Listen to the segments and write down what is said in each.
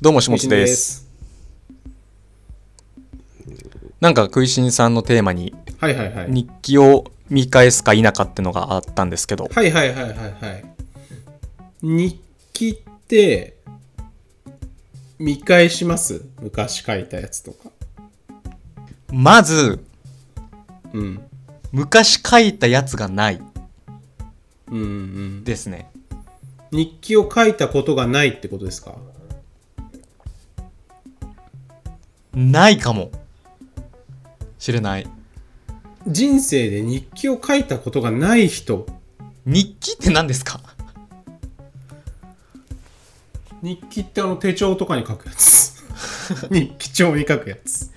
どうも、しもちです。なんか、食いしんさんのテーマに、はいはいはい。日記を見返すか否かってのがあったんですけど、はいはいはいはいはい。日記って、見返します昔書いたやつとか。まず、うん。昔書いたやつがないうんうん。ですね。日記を書いたことがないってことですかないかも。知れない。人生で日記を書いたことがない人。日記って何ですか日記ってあの手帳とかに書くやつ。日記帳に書くやつ。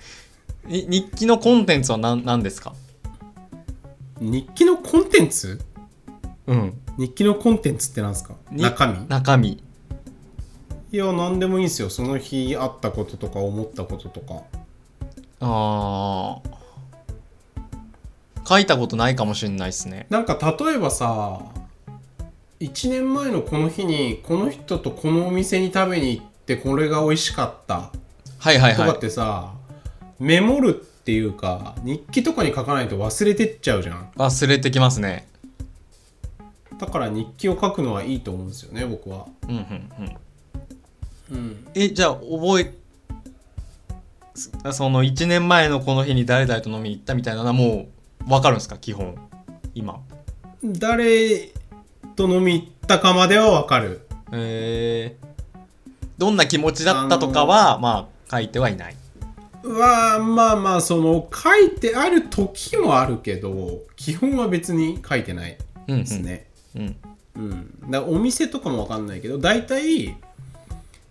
に日記のコンテンツは何何ですか日記のコンテンツうん。日記のコンテンツってなんですかに中身中身。いや、なんでもいいんですよ。その日あったこととか思ったこととか。あー書いたことないかもしれないですね。なんか例えばさ1年前のこの日にこの人とこのお店に食べに行ってこれが美味しかったはいはいとはかっい。てさ、メモるっていうか日記とかに書かないと忘れてっちゃうじゃん忘れてきますね。だから日記を書くのはいいと思うんですよね僕はうんうんうん。うんえじゃあ覚えすその1年前のこの日に誰々と飲みに行ったみたいなのはもう分かるんですか基本今誰と飲み行ったかまではわかるえー、どんな気持ちだったとかは、まあ書いてはいない、はまあまあその書いてある時もあるけど基本は別に書いてないうんうんですね、うん、うん、だからお店とかもわかんないけど大体、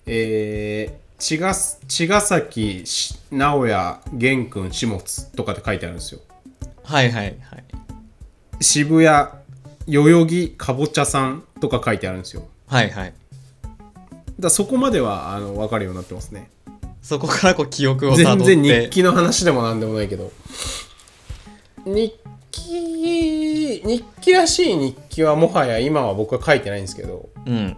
えー、茅ヶ茅ヶ崎し直哉玄君下津とかって書いてあるんですよはいはいはい渋谷代々木かぼちゃさんとか書いてあるんですよだかはいはいらそこまではあの分かるようになってますねそこからこう記憶をた全どっ然日て記の話でもなんでもないけど日記日記らしい日記はもはや今は僕は書いてないんですけどうん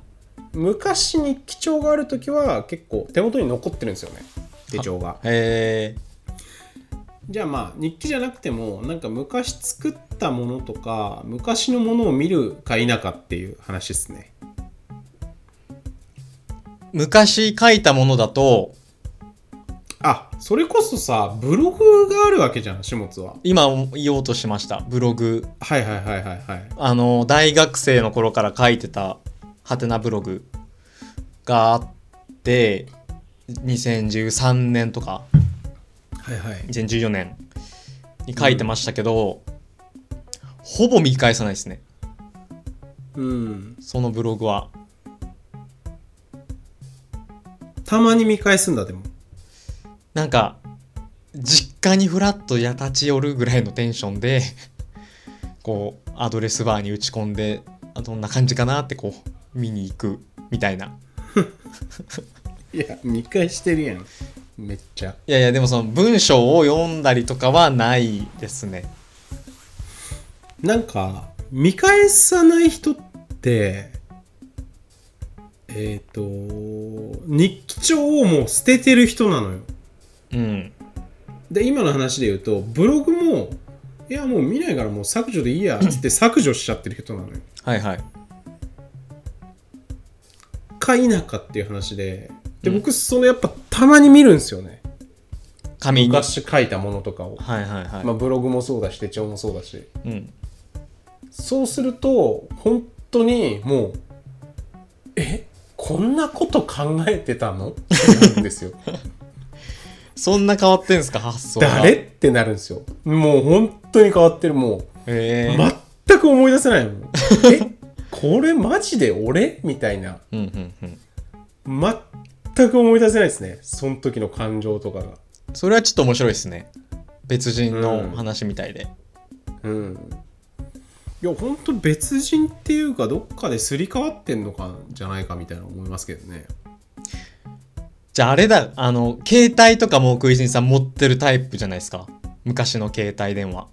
昔日記帳がある時は結構手元に残ってるんですよね手帳がえじゃあまあ日記じゃなくてもなんか昔作ったものとか昔のものを見るか否かっていう話ですねー、昔書いたものだとあそれこそさブログがあるわけじゃん始末は今言おうとしましたブログはいはいはいはいはいあの大学生の頃から書いてたハテナブログがあって2013年とかはいはい2014年に書いてましたけど、ほぼ見返さないですねうんそのブログはたまに見返すんだでもなんか実家にふらっとや立ち寄るぐらいのテンションでこうアドレスバーに打ち込んであどんな感じかなってこう見に行くみたいないや見返してるやんめっちゃいやいやでもその文章を読んだりとかはないですねなんか見返さない人ってえっ、と日記帳をもう捨ててる人なのようんで今の話で言うとブログもいやもう見ないからもう削除でいいやっつって削除しちゃってる人なのよはいはいか否かっていう話でで僕そのやっぱたまに見るんですよね紙にはい昔書いたものとかを、はいはい、まあ、ブログもそうだし手帳もそうだしうんそうすると本当にもうえこんなこと考えてたのってなるん ですよそんな変わってんすか発想が誰ってなるんですよもう本当に変わってるもうえー、全く思い出せないも んえこれマジで俺みたいなうんうんうん全く思い出せないですねその時の感情とかがそれはちょっと面白いですね別人うのん話みたいで、うんいや本当別人っていうかどっかですり替わってんのかじゃないかみたいな思いますけどねじゃああれだあの携帯とかもクイジンさん持ってるタイプじゃないですか昔の携帯電話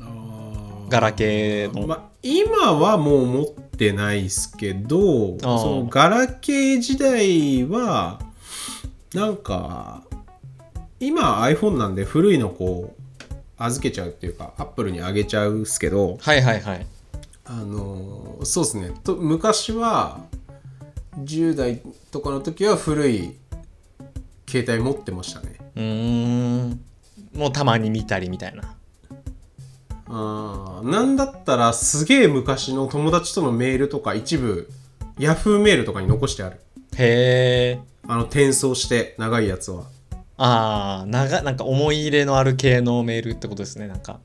あガラケーの、まあ、今はもう持ってないですけどそあーのガラケー時代はなんか今 iPhone なんで古いのこう預けちゃうっていうか Apple にあげちゃうっすけどはいはいはいあのーそうですねと昔は10代とかの時は古い携帯持ってましたねうーんもうたまに見たりみたいなあーなんだったらすげえ昔の友達とのメールとか一部 Yahoo メールとかに残してあるへえあの転送して長いやつはあー長なんか思い入れのある系のメールってことですねなんか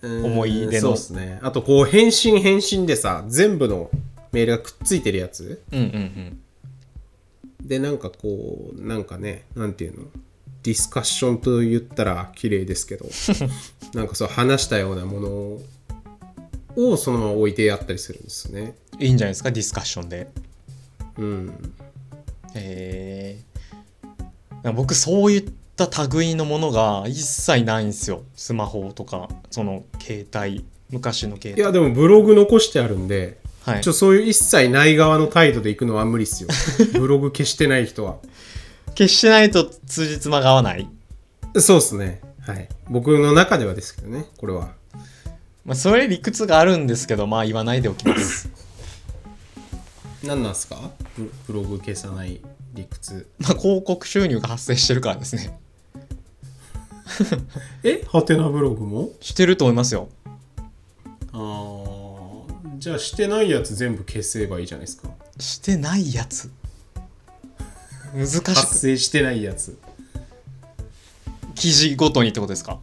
思い入れのそうですねあとこう返信返信でさ全部のメールがくっついてるやつうんうんうんでなんかこうなんかねなんていうのディスカッションと言ったら綺麗で すけどなんかそう話したようなものをそのまま置いてあったりするんですねいいんじゃないですかディスカッションでうんへえ僕そういった類のものが一切ないんですよスマホとかその携帯昔の携い帯やでもブログ残してあるんではいちょそういう一切ない側の態度で行くのは無理っ すよブログ消してない人は決してないと通じつまが合わない、そうっすねはい僕の中ではですけどねこれはまあ、それ理屈があるんですけどまあ言わないでおきます 何なんすかブブログ消さない理屈まあ広告収入が発生してるからですねえハテナブログもしてると思いますよあーじゃあしてないやつ全部消せばいいじゃないですかしてないやつ難し発く生してないやつ記事ごとにってことですか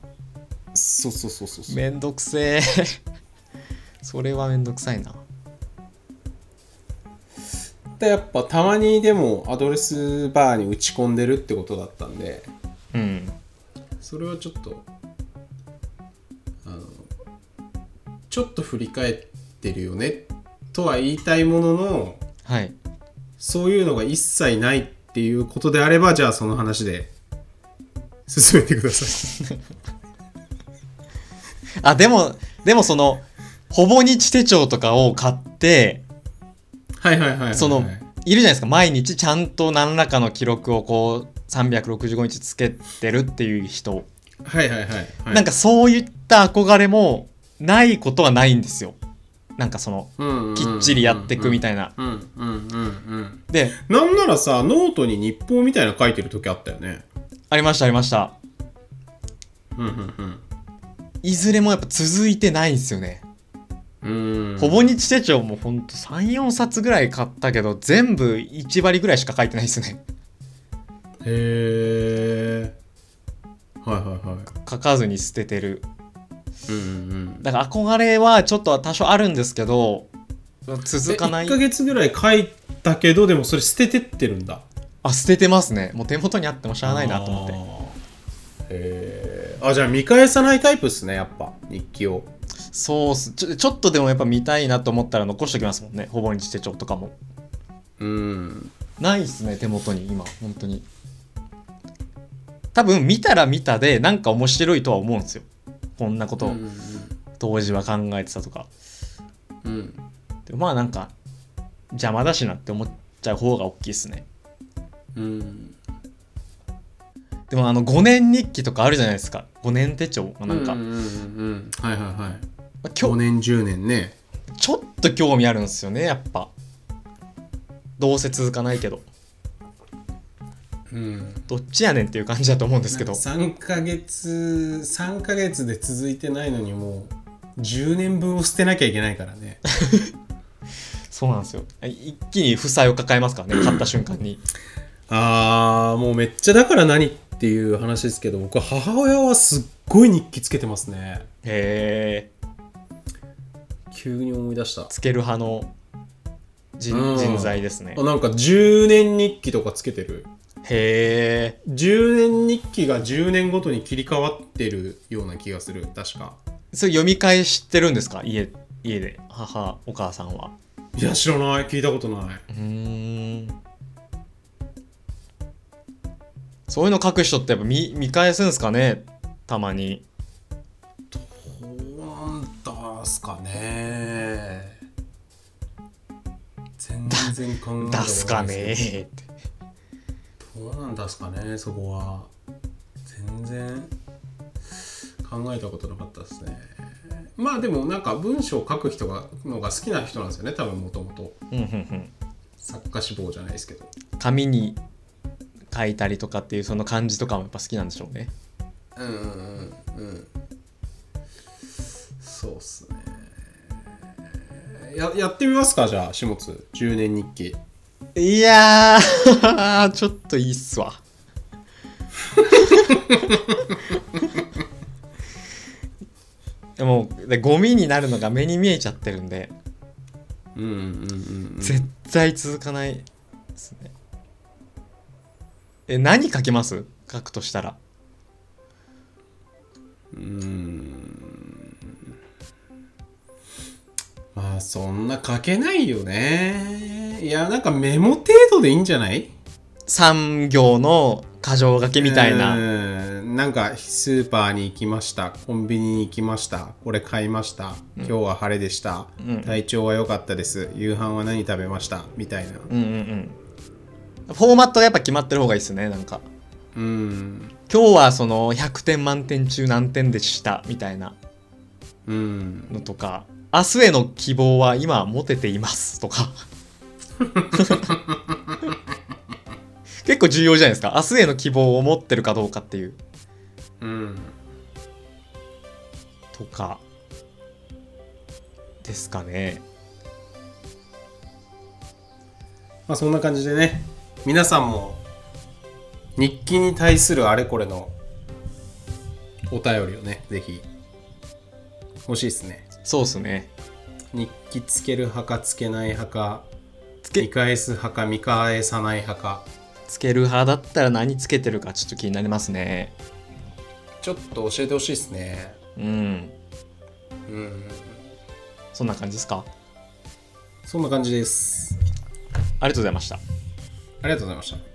そうそうそうそうそうめんどくせえ それはめんどくさいなやっぱたまにでもアドレスバーに打ち込んでるってことだったんでうんそれはちょっとあのちょっと振り返ってるよねとは言いたいもののはいそういうのが一切ないっていうことであればじゃあその話で進めてくださいあでもでもそのほぼ日手帳とかを買ってはいはいはいはいはいそのいるじゃないですか毎日ちゃんと何らかの記録をこう365日つけてるっていう人、はいはいはいはいなんかそういった憧れもないことはないんですよなんかそのきっちりやっていくみたいたいな、なうんうんうんうんでなんならさノートに日報みたいなの書いてる時あったよねありましたありましたうんうんいずれもやっぱ続いてないんですよね、うんうんほぼ日手帳もほんと34冊ぐらい買ったけど全部1割ぐらいしか書いてないですねへえはいはいはい書かずに捨ててるうんうんだから憧れはちょっとは多少あるんですけど続かない1ヶ月ぐらい書いたけどでもそれ捨ててってるんだあ捨ててますねもう手元にあっても知あらないなと思っててへえあじゃあ見返さないタイプっすねやっぱ日記をそうっすちょちょっとでもやっぱ見たいなと思ったら残しておきますもんねほぼ日手帳とかもうんないっすね手元に今本当に多分見たら見たでなんか面白いとは思うんですよこんなことを当時は考えてたとかうんでもまあなんか邪魔だしなって思っちゃう方が大きいっすねうんでもあの5年日記とかあるじゃないですか5年手帳なんか、うんうんうんはいはいはいまあきょ去年10年ねちょっと興味あるんですよねやっぱどうせ続かないけどうんどっちやねんっていう感じだと思うんですけど3ヶ月3ヶ月で続いてないのにもう10年分を捨てなきゃいけないからねそうなんですよ一気に負債を抱えますからね買った瞬間に あーもうめっちゃだから何っていう話ですけど僕母親はすっごい日記つけてますねへえ急に思い出したつける派の人うん人材ですねあなんか10年日記とかつけてるへえ10年日記が10年ごとに切り替わってるような気がする確かそれ読み返してるんですか家家で母お母さんはいや知らない聞いたことないうーんそういうの書く人ってやっぱ見見返すんですかねたまにどうなんだすか然考えたことない出すかねですーってけどどうなんですかねそこは全然考えたことなかったですねまあでもなんか文章を書く人がのが好きな人なんですよね多分もともとうんうんうん作家志望じゃないですけど紙に書いたりとかっていうその感じとかもやっぱ好きなんでしょうねうんうんうんうんそうっすねややってみますかじゃあ下津10年日記いやー ちょっといいっすわもうでゴミになるのが目に見えちゃってるんでうんうんうん絶対続かないですねえ何書きます書くとしたらうんまあそんな書けないよねいやなんかメモ程度でいいんじゃない3行の箇条書きみたいなうんなんかスーパーに行きましたコンビニに行きましたこれ買いました今日は晴れでした、うん体調は良かったです夕飯は何食べましたみたいなうんうんうんフォーマットがやっぱ決まってる方がいいですねなんかうん今日はその100点満点中何点でしたみたいなうんのとか明日への希望は今持てていますと か結構重要じゃないですか明日への希望を持ってるかどうかっていううんとかですかねまあそんな感じでね皆さんも日記に対するあれこれのお便りをねぜひ欲しいですねそうっすね日記つける派かつけない派かつけ見返す派か見返さない派かつける派だったら何つけてるかちょっと気になりますねちょっと教えてほしいですねうんうんそんな感じですかそんな感じですありがとうございましたありがとうございました